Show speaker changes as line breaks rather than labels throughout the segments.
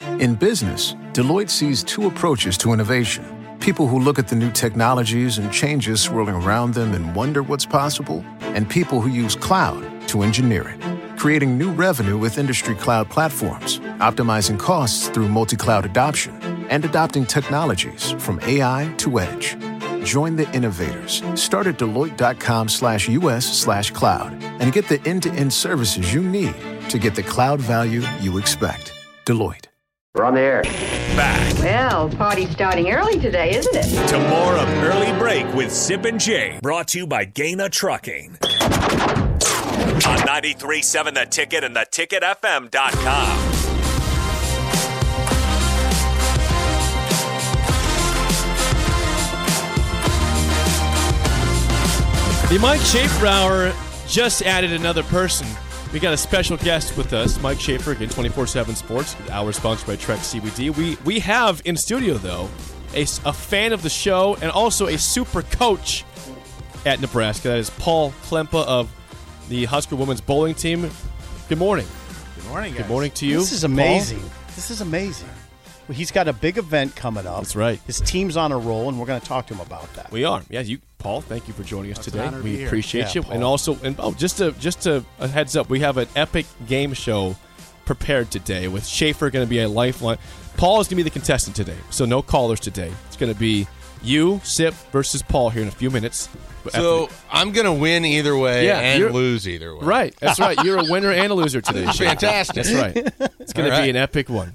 In business, Deloitte sees two approaches to innovation people who look at the new technologies and changes swirling around them and wonder what's possible, and people who use cloud to engineer it, creating new revenue with industry cloud platforms, optimizing costs through multi cloud adoption, and adopting technologies from AI to edge. Join the innovators. Start at Deloitte.com slash US slash cloud and get the end to end services you need to get the cloud value you expect. Deloitte.
We're on the air.
Back
Well, party's starting early today, isn't it?
to more of Early Break with Sip and Jay, brought to you by Gaina Trucking. On 93.7 The Ticket and theticketfm.com.
The Mike Schaefer Hour just added another person. We got a special guest with us, Mike Schaefer, again, 24 7 Sports, our sponsored by Trek CBD. We, we have in studio, though, a, s- a fan of the show and also a super coach at Nebraska. That is Paul Klempa of the Husker women's bowling team. Good morning.
Good morning,
Good morning to you.
This is
Paul.
amazing. This is amazing. Well, he's got a big event coming up.
That's right.
His team's on a roll, and we're going to talk to him about that.
We are. Yeah, you, Paul. Thank you for joining us
an
today.
honor to be
We
here.
appreciate
Yeah,
you.
Paul.
And also, and oh, just to just to a heads up, we have an epic game show prepared today with Schaefer going to be a lifeline. Paul is going to be the contestant today, so no callers today. It's going to be you, Sip versus Paul here in a few minutes. But
So
after-
I'm gonna win either way
Yeah, you're-
and lose either way.
right, that's right. You're a winner and a loser today. Schaefer.
Fantastic.
That's right. It's going
All
to be
right.
an epic one.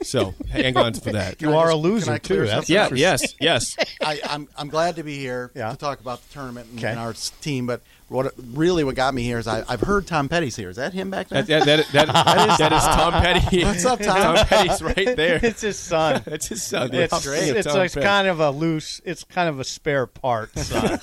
So hang on for that.
you are a loser
I clear
too. That's
Yeah. Yes. Yes.
I, I'm, I'm glad to be here
Yeah.
to talk about the tournament and,
Okay.
and our s- team. But what really what got me here is I, I've heard Tom Petty's here. Is that him back there?
That, that, that, that, that, is, that is Tom Petty.
What's up, Tom?
Tom Petty's right there.
it's his son.
That's his son.
It's,
Wow.
great. It's,
Tom
it's
Petty.
kind of a loose. It's kind of a spare part. Son.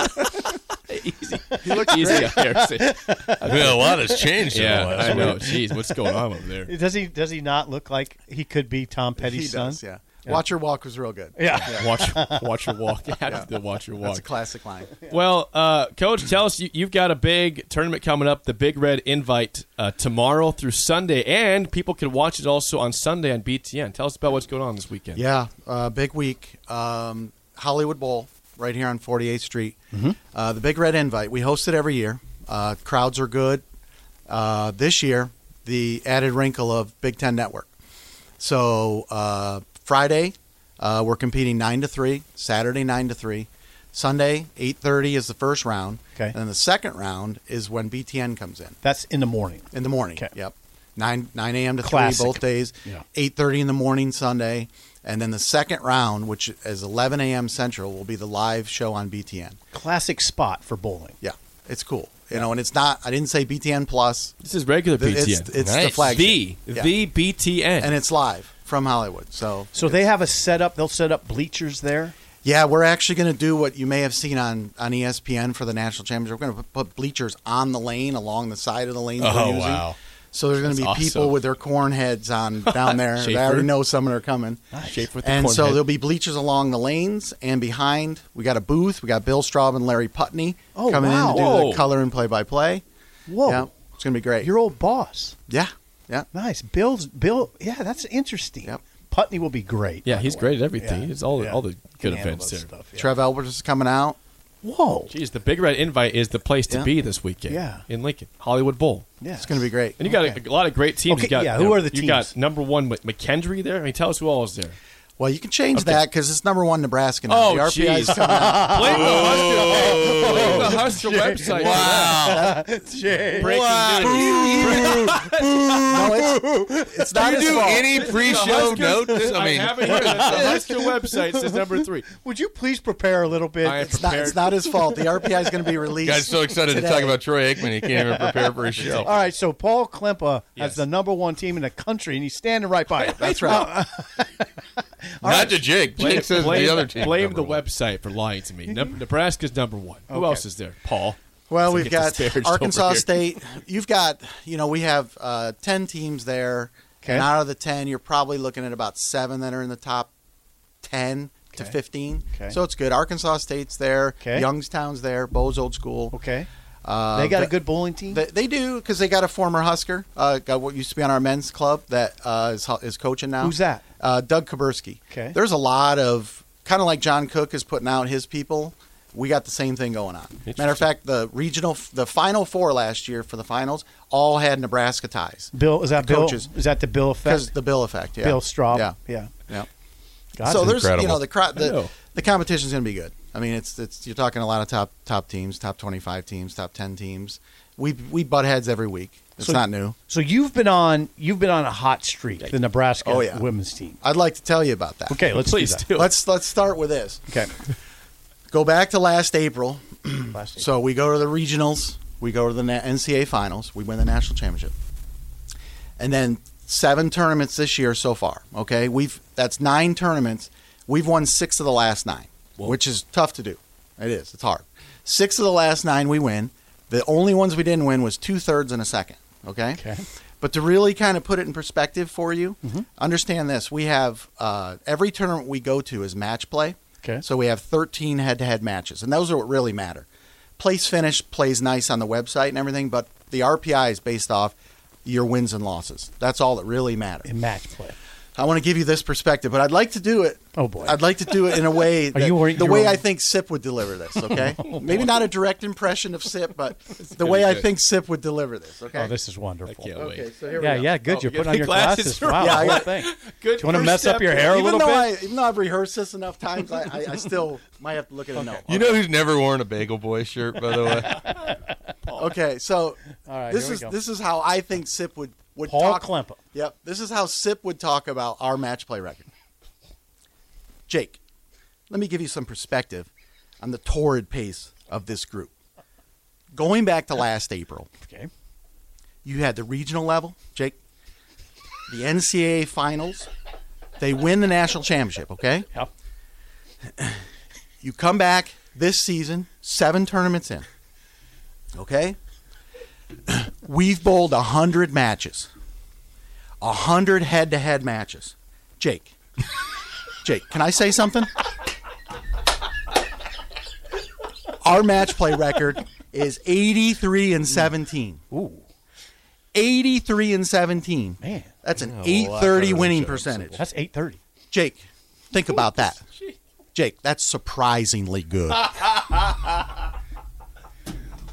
easy. He looks easy up there.
Well, a lot has changed. in the
yeah,
last
I know.
week.
Jeez, what's going on up there?
does he? Does he not look like he could be Tom
he
Petty's son?
does. Yeah. Watch your walk was real good.
Yeah.
Watch, watch your walk. Yeah, the watch your
That's a
walk.
classic line.
Well, uh, coach, tell us you, you've got a big tournament coming up, the Big Red Invite uh, tomorrow through Sunday, and people can watch it also on Sunday on BTN. Tell us about what's going on this weekend.
Yeah, uh, big week. Um, Hollywood Bowl right here on 48th Street. Uh, the Big Red Invite. We host it every year. Uh, crowds are good. Uh, this year, the added wrinkle of Big Ten Network. So uh, Friday, uh, we're competing nine to three. Saturday nine to three. Sunday eight thirty is the first round.
Okay.
And then the second round is when BTN comes in
That's in the morning.
in the morning.
Okay.
Yep. Nine nine a.m. to
Classic.
three both days.
Yeah.
Eight thirty in the morning Sunday, and then the second round, which is eleven a.m. Central, will be the live show on BTN.
Classic spot for bowling.
Yeah, it's cool. You know, and it's not. I didn't say BTN plus.
This is regular
Th-
BTN.
It's, it's the
Nice.
flagship.
the
Yeah.
the BTN.
and it's live from Hollywood. So
So they have a setup. They'll set up bleachers there.
yeah, we're actually going to do what you may have seen on on E ESPN for the national championship. We're going to put bleachers on the lane along the side of the lane.
Oh,
we're using.
wow.
So there's going to be
That's
people
awesome.
with their corn heads on down there. they
Schaefer.
already know some are coming.
Schaefer with the
and
corn
so
head.
there'll be bleachers along the lanes and behind. We got a booth. We got Bill Straub and Larry Putney
Oh,
coming
wow.
in to do
Whoa.
the color and play by play.
Oh.
Whoa.
Yeah, it's gonna be great.
Your old boss.
yeah, yeah.
Nice. Bill's Bill. Yeah, that's interesting.
Yep.
Putney will be great.
yeah,
by
he's
the way.
great at everything. It's all
Yeah.
all the
Can
good
handle
events
those
there.
stuff, yeah.
Trev Albert is coming out.
Whoa.
Jeez, the Big Red Invite is the place to
Yeah.
be this weekend.
Yeah.
in Lincoln, Hollywood Bowl.
Yeah.
It's gonna be great.
And you got a, a lot of great teams. you
Okay,
got,
yeah, who
you
are the
You got
teams?
number one Mc- McKendry there. I mean, tell us who all is there.
Well, you can change
Okay.
that because it's number one Nebraska now.
Oh,
the RPI is
jeez.
coming out.
Blame the Husker, blame
Oh,
the Husker website. Wow. Breaking news.
No, it's, it's not
Do
his
you do
fault.
any
The
pre-show
Huskers-
notes? I mean,
have it here. The Husker website says number three.
Would you please prepare a little bit?
I am
It's not,
prepared.
it's not his fault. The RPI is going to be released.
guys, so excited to talk
today.
about Troy Aikman. He can't even prepare for his show.
All right, so Paul Klempa
Yes.
has the number one team in the country, and he's standing right by it.
That's right.
Not to Jake. Jake says
blame,
the other team.
Blame
number
the
one.
website for lying to me. Neb- Nebraska's number one. Who
Okay.
else is there? Paul.
Well,
So
we've
get
got
disparaged
Arkansas
over here.
State. You've got, you know, we have uh, 10 teams there.
Okay.
And out of the 10, you're probably looking at about seven that are in the top 10 to
Okay.
15.
Okay.
So it's good. Arkansas State's there.
Okay.
Youngstown's there. Bo's Old School.
Okay.
Uh,
they got a
the-
good bowling team.
They, they do because they got a former Husker, uh, got what used to be on our men's club that uh, is, hu- is coaching now.
Who's that?
Uh, Doug Kaburski.
Okay.
There's a lot of kind of like John Cook is putting out his people. We got the same thing going on. Matter of fact, the regional, the final four last year for the finals all had Nebraska ties
Bill is that
The
Bill?
coaches.
Is that the Bill
because
effect?
the Bill effect. Yeah.
Bill Straub.
Yeah.
yeah.
Yeah.
God,
so
it's
there's you know
incredible.
the cro-
I
the,
know.
the competition's going to be good. I mean, it's it's you're talking a lot of top top teams, top 25 teams, top 10 teams. We we butt heads every week. It's
So-
not new.
So you've been on you've been on a hot streak, the Nebraska
Oh, yeah.
women's team.
I'd like to tell you about that.
Okay, let's
Please
do
do.
Let's let's start with this.
that.
Go back to last April.
Okay. Last
So we go to the regionals. We go to the na- NCAA finals. We win the national championship. And then seven tournaments this year so far. Okay, we've that's nine tournaments. We've won six of the last nine, which is tough to do. It is. It's hard. Six of the last nine we win. The only ones we didn't win was two thirds and a second. Okay.
Okay. Mm-hmm.
But to really kind of put it in perspective for you, understand this: we have uh, every tournament we go to is match play.
Okay.
So we have 13 head-to-head matches, and those are what really matter. Place finish plays nice on the website and everything, but the RPI is based off your wins and losses. That's all that really matters.
in match play.
I want to give you this perspective, but I'd like to do it.
Oh, boy.
I'd like to do it in a way that,
you worried
the
you're Oh,
way
on-
I think Sip would deliver this. Okay, maybe not a direct impression of Sip, but the way I
good.
think Sip would deliver this. Okay.
Oh, this is wonderful.
can't wait.
okay, so here we
yeah,
go. Oh,
yeah, good. You're
you
putting
got
on your
the glasses
glasses.
right.
Wow,
Yeah,
the
I
whole
got-
thing.
Good.
Do you want to
first
mess up
step
your
to-
hair a
even
little
though
bit?
I, even though I've rehearsed this enough times, I, I, I still might have to look at a note.
You know who's never worn a Bagel Boy shirt, by the way?
Okay, so
All right,
this
here we
is
go.
this is how I think Sip would would
Paul
talk.
Klempa.
Yep, this is how Sip would talk about our match play record. Jake, let me give you some perspective on the torrid pace of this group. Going back to last April,
Okay.
you had the regional level, Jake, the NCAA finals. They win the national championship, okay?
Yep.
You come back this season, seven tournaments in. Okay? We've bowled 100 matches, 100 head to head matches. Jake, Jake, can I say something? Our match play record is 83 and 17.
Ooh,
83 and 17.
Man.
that's an
better
830
than
winning
Jones.
percentage.
that's eight thirty.
Jake, think about that. Jake, that's surprisingly good.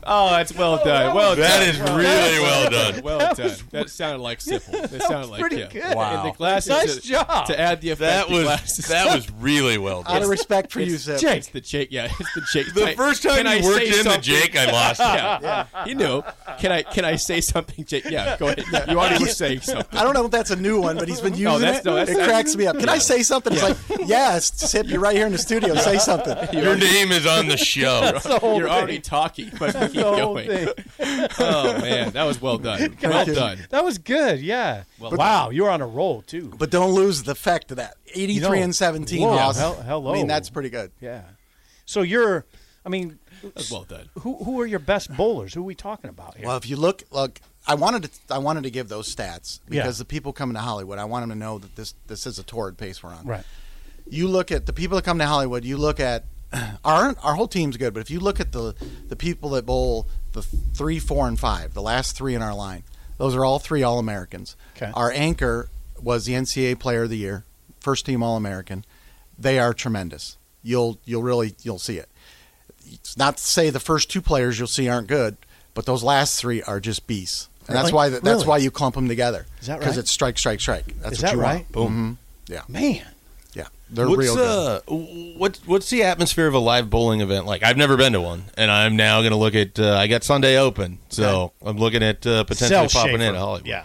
Oh, that's well done. Well done.
That is really well done.
Well done. That sounded like simple. That, sounded like
pretty
yeah.
good.
And the glasses.
Nice
to,
job.
To add the effect.
That
the
was
glasses.
that was really well
Out of
done.
respect for you, Zip.
Jake. It's the Jake. Yeah, it's the Jake.
The
Can I-
first time
can I
you worked
say
in the
something?
Jake, I lost. it.
Yeah, He knew. Can I can I say something, Jake? Yeah, go ahead. You already were saying something.
I don't know if that's a new one, but he's been using
that's-
it.
no, that's-
it cracks me up. Can I say something? It's like, yes, Sip, you're right here in the studio. Say something.
Your name is on the show.
You're already talking, but we keep
The whole
going.
thing.
Oh man, that was well done. Well
you.
done.
That was good. Yeah. wow, you're on a roll too.
But don't lose the fact of that. 83
You know,
and 17
whoa,
loss.
hel- hello.
I mean, that's pretty good.
Yeah. So you're, I mean,
That was well done.
who who are your best bowlers? Who are we talking about here?
Well, if you look, look, I wanted to, I wanted to give those stats
Yeah.
because the people coming to Hollywood, I want them to know that this, this is a torrid pace we're on.
right.
you look at the people that come to Hollywood. You look at our our whole team's good, but if you look at the the people that bowl the three, four, and five, the last three in our line, those are all three All Americans.
Okay.
Our anchor was the NCAA Player of the Year, first team All American. They are tremendous. You'll you'll really you'll see it. It's not to say the first two players you'll see aren't good, but those last three are just beasts, and that's
Really?
why that's
Really?
why you clump them together.
Is that
Because
right?
it's strike, strike, strike. That's
Is
what
that
you
right?
want. Boom. Yeah,
Man.
yeah. They're
what's,
real good.
Uh, what, what's the atmosphere of a live bowling event like? I've never been to one, and I'm now going to look at. Uh, I got Sunday open, so I'm looking at uh, potentially
Sell
popping
Schaefer.
in at Hollywood.
Yeah.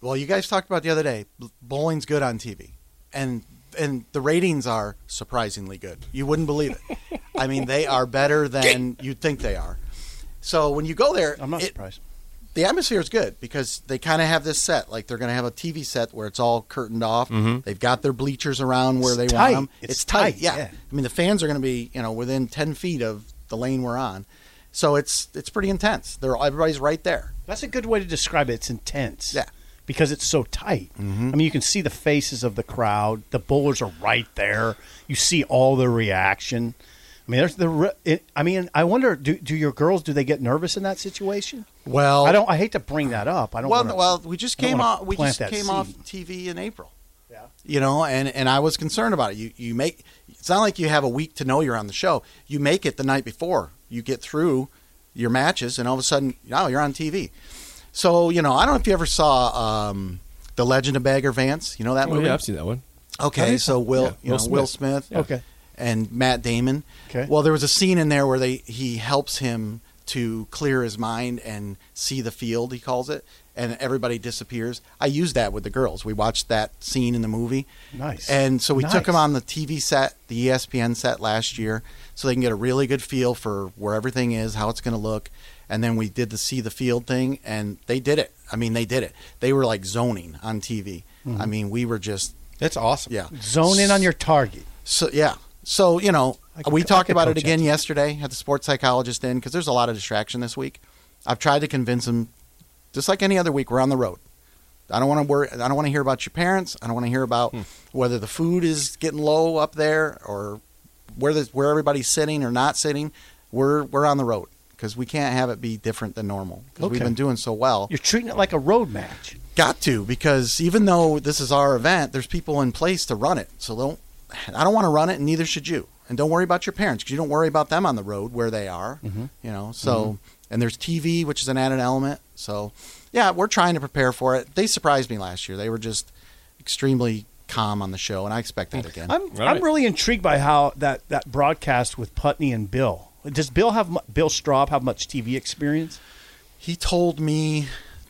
well, you guys talked about the other day. b- Bowling's good on TV, and and the ratings are surprisingly good. You wouldn't believe it. I mean, they are better than you'd think they are. So when you go there,
I'm not
it-
surprised.
the atmosphere is good because they kind of have this set. Like they're going to have a TV set where it's all curtained off. They've got their bleachers around where
Mm-hmm. It's
they
tight.
want them.
It's
It's, tight.
tight,
Yeah.
yeah.
I mean, the fans are going to be you know within ten feet of the lane we're on, so it's it's pretty intense. They're everybody's right there.
That's a good way to describe it. It's intense.
Yeah. Mm-hmm.
Because it's so tight. I mean, you can see the faces of the crowd. The bowlers are right there. You see all the reaction. I mean, there's the. re- It, I mean, I wonder. Do, do your girls do they get nervous in that situation?
Well,
I don't. I hate to bring that up. I don't.
well,
wanna-
well, we
I
just
don't
came
wanna
off. We
plant
just
that
came
seed.
off TV in April. Yeah. You know, and and I was concerned about it. You you make it's not like you have a week to know you're on the show. You make it the night before. You get through your matches, and all of a sudden, now you're on TV. So you know, I don't know if you ever saw um, the Legend of Bagger Vance. You know that
Oh,
movie?
yeah, I've seen that one.
Okay, so Will,
Yeah,
you
Will
know, Will
Smith.
Smith,
Yeah.
Okay.
and Matt Damon.
Okay.
Well, there was a scene in there where they he helps him to clear his mind and see the field. He calls it, and everybody disappears. I used that with the girls. We watched that scene in the movie.
Nice.
And so we
Nice.
took him on the TV set, the E ESPN set last year, so they can get a really good feel for where everything is, how it's going to look. And then we did the see the field thing, and they did it. I mean, they did it. They were like zoning on TV. I mean, we were just
That's awesome.
yeah.
zone in on your target.
So yeah. So you know,
I could-
we
I
talked
could
about it
coach
again
that.
yesterday. Had the sports psychologist in because there's a lot of distraction this week. I've tried to convince him, just like any other week, we're on the road. I don't want to worry. I don't want to hear about your parents. I don't want to hear about whether the food is getting low up there or where the, where everybody's sitting or not sitting. We're we're on the road because we can't have it be different than normal because we've
Okay.
been doing so well.
You're treating it like a road match.
Got to because even though this is our event, there's people in place to run it. So don't. I don't want to run it, and neither should you. And don't worry about your parents because you don't worry about them on the road where they are. You know. So and there's TV, which is an added element. So yeah, we're trying to prepare for it. They surprised me last year. They were just extremely calm on the show, and I expect that again.
I'm I'm really intrigued by how that that broadcast with Putney and Bill. Does Bill have mu- Bill Straub have much TV experience?
He told me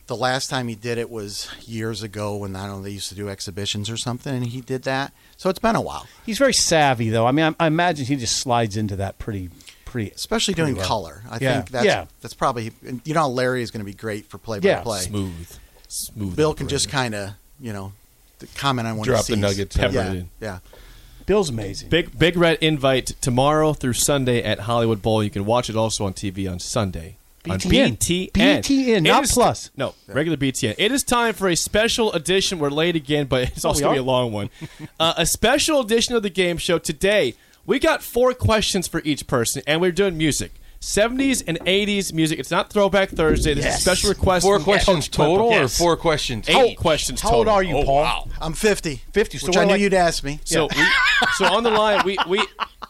the last time he did it was years ago when I don't know they used to do exhibitions or something, and he did that. So it's been a while.
He's very savvy, though. I mean, I, I imagine he just slides into that pretty pretty.
especially doing color. I
Yeah.
think that's
Yeah.
that's probably and you know how Larry is going to be great for play by
Yeah.
play.
Smooth. Smooth.
Bill can just kind of you know th- comment on what
Drop
he
the
sees.
nuggets.
Pepper it
Yeah,
in.
yeah.
Bill's amazing.
Big Big Red invite tomorrow through Sunday at Hollywood Bowl. You can watch it also on TV on Sunday. On
BTN.
BTN.
BTN, not
It is-
plus.
No, regular BTN. It is time for a special edition. We're late again, but it's also
Oh,
going
we are?
to be a long one. uh, a special edition of the game show today. We got four questions for each person, and we're doing music. 70s and 80s music. It's not Throwback Thursday. This is a special request.
Four
from
questions
Coach Clipper.
total,
Yes.
or four questions?
Eight
total?
questions
How old
total.
are you,
Oh,
Paul?
wow.
I'm 50.
50, so
which
we're
I knew
like-
you'd ask me.
So we, so on the line, we, we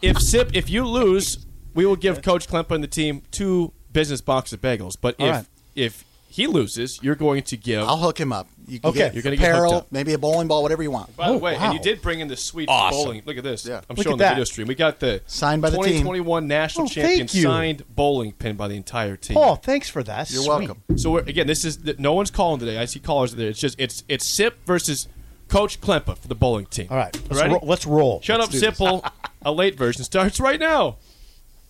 if Sip if you lose, we will give Coach Klempa and the team two business box of bagels. But if
right.
if he loses, you're going to give.
I'll hook him up. You can
Okay.
get
You're gonna get
apparel,
hooked up.
maybe a bowling ball, whatever you want.
by the
Oh,
way,
wow.
and you did bring in the sweet
Awesome.
bowling. Look at this.
Yeah.
I'm
Look
showing
at
the
that.
video stream. We got the
Signed by the team.
2021 national
Oh, thank
champion
you.
signed bowling pin by the entire team.
Paul, thanks for that.
You're
Sweet.
welcome.
So we're, again, this is no one's calling today. I see callers there. It's just it's it's Sip versus Coach Klempa for the bowling team.
All right, let's,
Ready?
ro- let's roll.
Shut
Let's do
up,
this.
Sipple. a late version starts right now.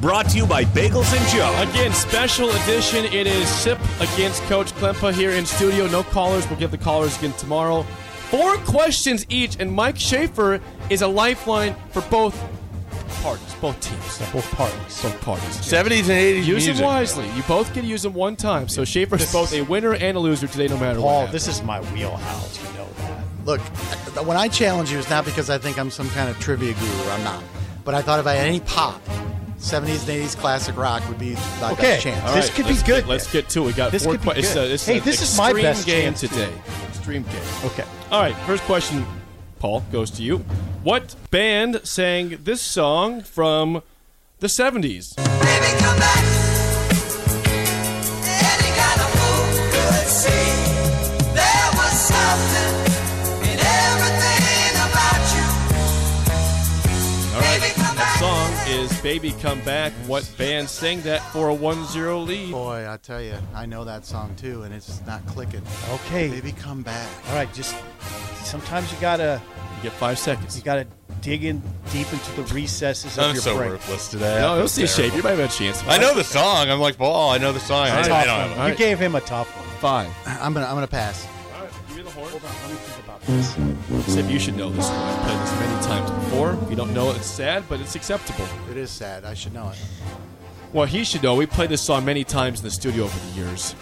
Brought to you by Bagels and Joe.
Again, special edition. It is Sip against Coach Klempa here in studio. No callers. We'll get the callers again tomorrow. Four questions each, and Mike Schaefer is a lifeline for both parties, both teams,
Both parties.
both parties.
Seventies and eighties
Use
music.
them wisely. You both can use them one time. So Schaefer's both a winner and a loser today, no matter
Paul,
what.
this is my wheelhouse. You know that.
Look, I- when I challenge you, it's not because I think I'm some kind of trivia guru. I'm not. But I thought if I had any pop, 70s and 80s classic rock would be my
Okay.
best chance.
All this could be good.
Get, let's get to it. We got
This
four
could be
questions.
good. Hey, this is my best
game
chance, too.
today. Extreme game.
Okay.
All right, first question, Paul, goes to you. What band sang this song from the 70s?
Baby, come back. And you got a fool could see. There was something in everything about you.
All right, that song is Baby Come Back. What band sang that for a 1 0 lead?
Boy, I tell you, I know that song too, and it's not clicking.
Okay.
Baby, come back.
All right. Just sometimes you gotta
You get five seconds.
you gotta dig in deep into the recesses of
I'm
your
so
brain.
worthless today.
No,
I
you'll
feel
see,
terrible.
Shape. You might have a chance.
I know the song. I'm like, Paul. I know the song. I, I
Tough
don't
one.
have
You gave him a tough one.
five.
I'm gonna I'm gonna pass.
Except you should know this one. I've played this many times before. If you don't know it, it's sad, but it's acceptable.
It is sad. I should know it.
Well, he should know. We played this song many times in the studio over the years.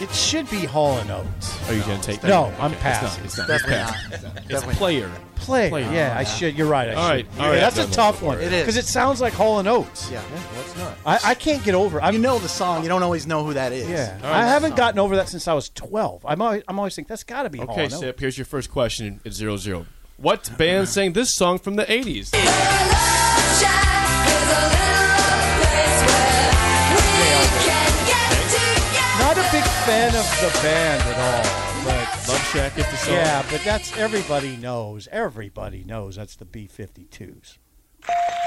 It should be Hall and Oats.
Are you going to take
No, I'm
It's
passing.
not. It's not. It's,
Definitely
pass.
not.
it's
Definitely.
player.
Play.
Player.
Yeah, I should. You're right. I
All
should.
right, all
Yeah,
right.
That's a
Done
tough one.
It is.
because it sounds like Hall and Oats.
Yeah. Well, it's not.
I, I can't get over. I'm,
You know the song. You don't always know who that is.
Yeah,
All right.
I haven't gotten over that since I was 12. I'm always, I'm always thinking that's got to be Hall
Okay,
and Oates.
Sip, here's your first question at zero zero. What band sang this song from the 80s?
Not a big fan of the band at all. But
Love Shack is the song.
yeah, but that's everybody knows. Everybody knows that's the B52s.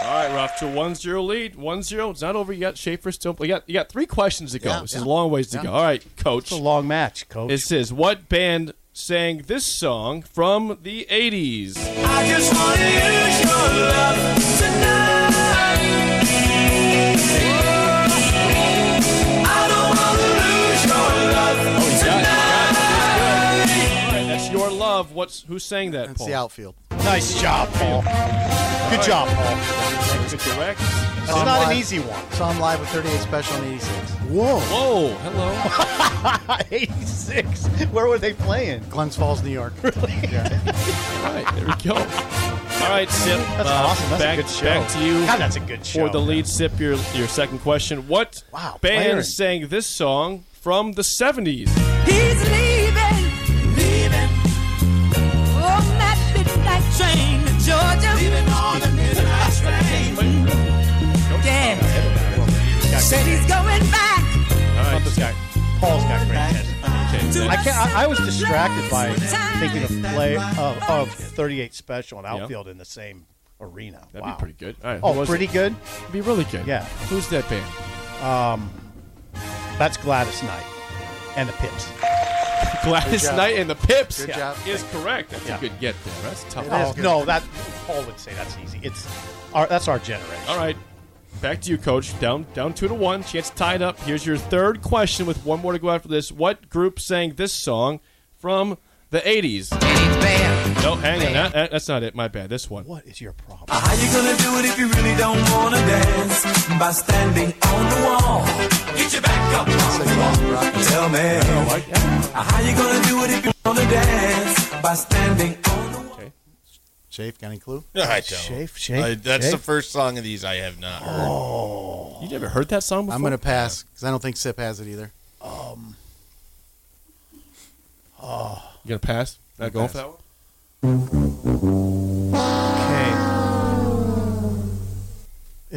All right, we're off to a 1 0 lead. 1 0. It's not over yet. Schaefer still. You got, you got three questions to go.
Yeah,
this
yeah.
is a long ways to
Yeah.
go. All right, coach.
It's a long match, coach.
It says, What band sang this song from the 80s?
I just want to use your love tonight. I don't want to lose your love tonight.
All right, that's Your Love. What's Who sang that,
That's
Paul?
the outfield.
nice job, Paul. Good job, Paul.
Is it correct?
That's
Tom
not an
Lyon.
easy one.
So I'm live with 38 Special and 86.
Whoa,
Whoa, Oh, hello.
86. Where were they playing?
Glens Falls, New York.
All right, there we go. All right, Sip.
That's
uh,
awesome. That's
back,
a good show.
Back to you.
God, that's a good show.
for the lead sip your your second question what
Wow,
band
Clarence.
sang this song from the 70s
He's leaving, leaving. Oh, that midnight train to Georgia. Leaving on the midnight train. Yeah. Said he's going back.
Paul's got great taste.
okay
I can't. I, I was distracted by thinking of play of, of 38 Special and outfield in the same arena.
that'd
wow.
be pretty good all right who
Oh,
was
pretty
it?
good.
That'd be really good
Yeah.
who's that band
That's Gladys Knight and the Pips.
Gladys
job.
Knight and the Pips
Good job.
is correct that's
Yeah.
a good get there that's a tough
It is.
Oh,
good.
no, that Paul would say that's easy. It's our that's our generation.
all right back to you coach down down two to one chance tied up here's your third question with one more to go after this what group sang this song from the 80s no hang on that, that- that's not it my bad this one
What is your problem?
Ah.
How you gonna do it if you really don't wanna dance? By standing on the wall. Get your back up on the wall. Tell me. How you gonna do it if you wanna dance? By standing on the wall.
Shafe, got any clue?
I don't.
Shafe, Shafe.
I, that's the
Shafe.
first song of these I have not heard.
you never heard that song before
I'm gonna pass because I don't think Sip has it either.
you gonna pass not going for that one
Okay.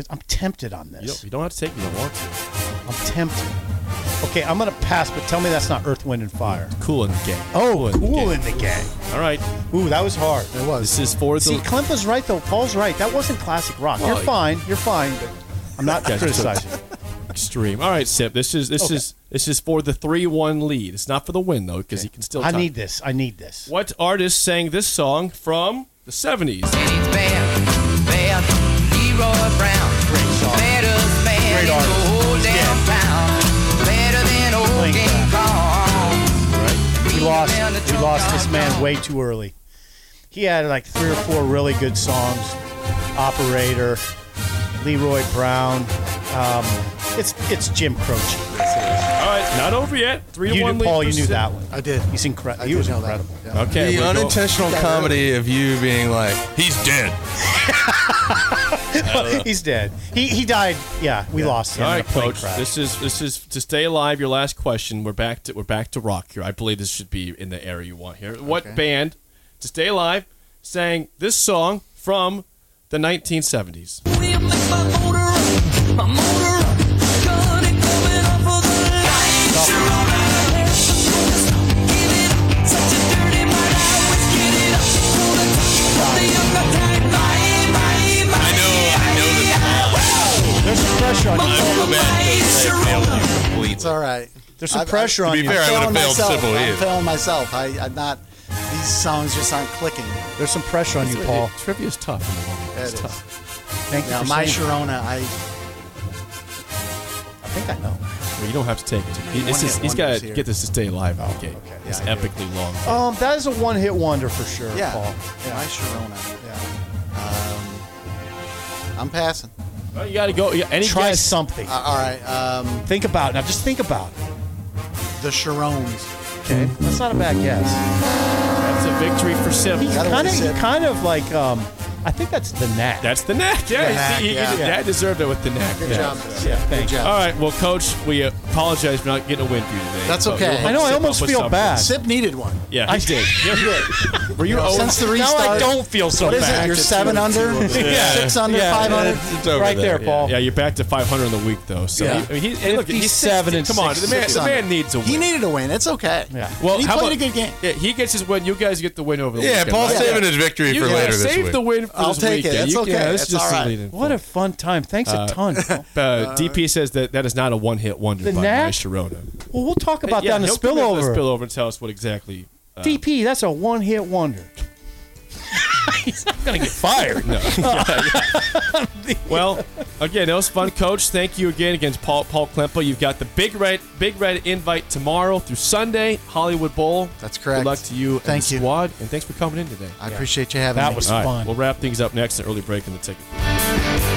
It- I'm tempted on
You don't,
this.
you don't have to take me. You don't want to.
I'm tempted. Okay, I'm gonna pass, but tell me that's not Earth, Wind, and Fire.
Cool in the game.
Oh,
in the
cool
game.
in the gang.
All right.
Ooh, that was hard.
It was.
This is for
See,
the.
Klimpa's right though. Paul's right. That wasn't classic rock.
Well,
you're fine. You're fine. But I'm not
Oh, Guys, it's a-
criticizing.
extreme. All right, Sip. This is this
Okay.
is this is for the three-one lead. It's not for the win though, because he can still.
I
tie.
need this. I need this.
What artist sang this song from the seventies?
Great artist. We lost. We lost this man way too early. He had like three or four really good songs. Operator, Leroy Brown. Um, it's it's Jim Croce.
All right, not over yet. Three to
You
one
knew,
lead.
Paul.
for
You knew
Sip.
that one.
I did.
He's
I
incredible. He
did
was
know that.
incredible.
Yeah.
Okay.
the
we go-
unintentional comedy of you being like, he's dead.
He's dead. He he died. Yeah, we lost him.
All
in a
right,
plane
coach.
crash.
This is this is to stay alive. Your last question. We're back to we're back to rock here. I believe this should be in the area you want here. What band to stay alive sang this song from the 1970s?
I know,
There's some pressure on
I
you.
know this song. I'm so bad that I failed you
It's
completely.
all right.
There's some
I've-
pressure
I've-
on
To be
you.
fair, I would have
failing
failed
myself.
Sybil
I'm
here.
failing myself. I, I'm not. These songs just aren't clicking.
There's some pressure on you, Paul.
Trivia is tough. in the moment.
That
It's
is.
tough.
Thank you.
Now,
for
my
saying that.
Sharona, I
I think I know.
We You don't have to take it. He- This
One-hit
is, he's got
wonders
to
here.
get this to stay alive out of the gate.
okay.
it's
Yeah, I hear
epically long.
Um, that is a one-hit wonder for sure,
Yeah.
Paul.
My Sharona.
Yeah.
Um, I'm passing.
Well, you got to go. yeah, Any
Try
guess?
something.
Uh, all right. Um,
think about it. Now, just think about it.
the Sharones.
Okay, that's not a bad guess.
That's a victory for Sim.
He's
Gotta
kind of,
waste
he
it.
kind of like, um, I think that's the knack.
That's the neck. Yeah,
The
you
neck,
see, you- you-
yeah.
that deserved it with the neck.
Good
yeah.
job.
yeah, thank
Good
you.
job.
All right. Well, Coach, we apologize for not getting a win for you today.
That's
but
okay.
we'll hope
I know. I
Sim
almost
up with
feel
something.
bad.
Sip needed one.
Yeah, he did. You're good. Were you?
know,
over-
since the
Now I
restart-
don't feel so
What is
bad.
it? You're seven under, six under,
Yeah,
five under.
it's- it's
over
right there,
there,
Paul.
Yeah, you're back to 500 in the week though. So
Yeah.
I mean, he, and look, he's
57 and
Come on, the man,
Six
the
under.
man needs a win.
He needed a win. It's okay.
Yeah.
well,
And he
how
played
about,
a good game.
Yeah, he gets his win. You guys get the win over the
Yeah,
weekend.
Paul's
right?
saving his victory
You
for
guys
later this
save
week.
the win for
I'll
this
take it.
weekend.
It's
You-
okay.
Yeah, this
It's
just
all right.
leading.
What a fun time. Thanks a ton. Paul.
Uh, DP says that that is not a one-hit wonder
The
by
Knack?
Mike Sharona.
well, we'll talk about
yeah,
that in the
he'll come in for
spillover.
The spillover and tell us what exactly.
DP, that's a one-hit wonder. He's not gonna get fired.
No. well, again, that was fun, Coach. Thank you again against Paul Paul Klempa. You've got the big red big red invite tomorrow through Sunday, Hollywood Bowl.
That's correct.
Good luck to you and
Thank
the
you.
squad, and thanks for coming in today.
I appreciate you having me.
That was
All right,
fun.
We'll wrap things up next. An early break in the ticket.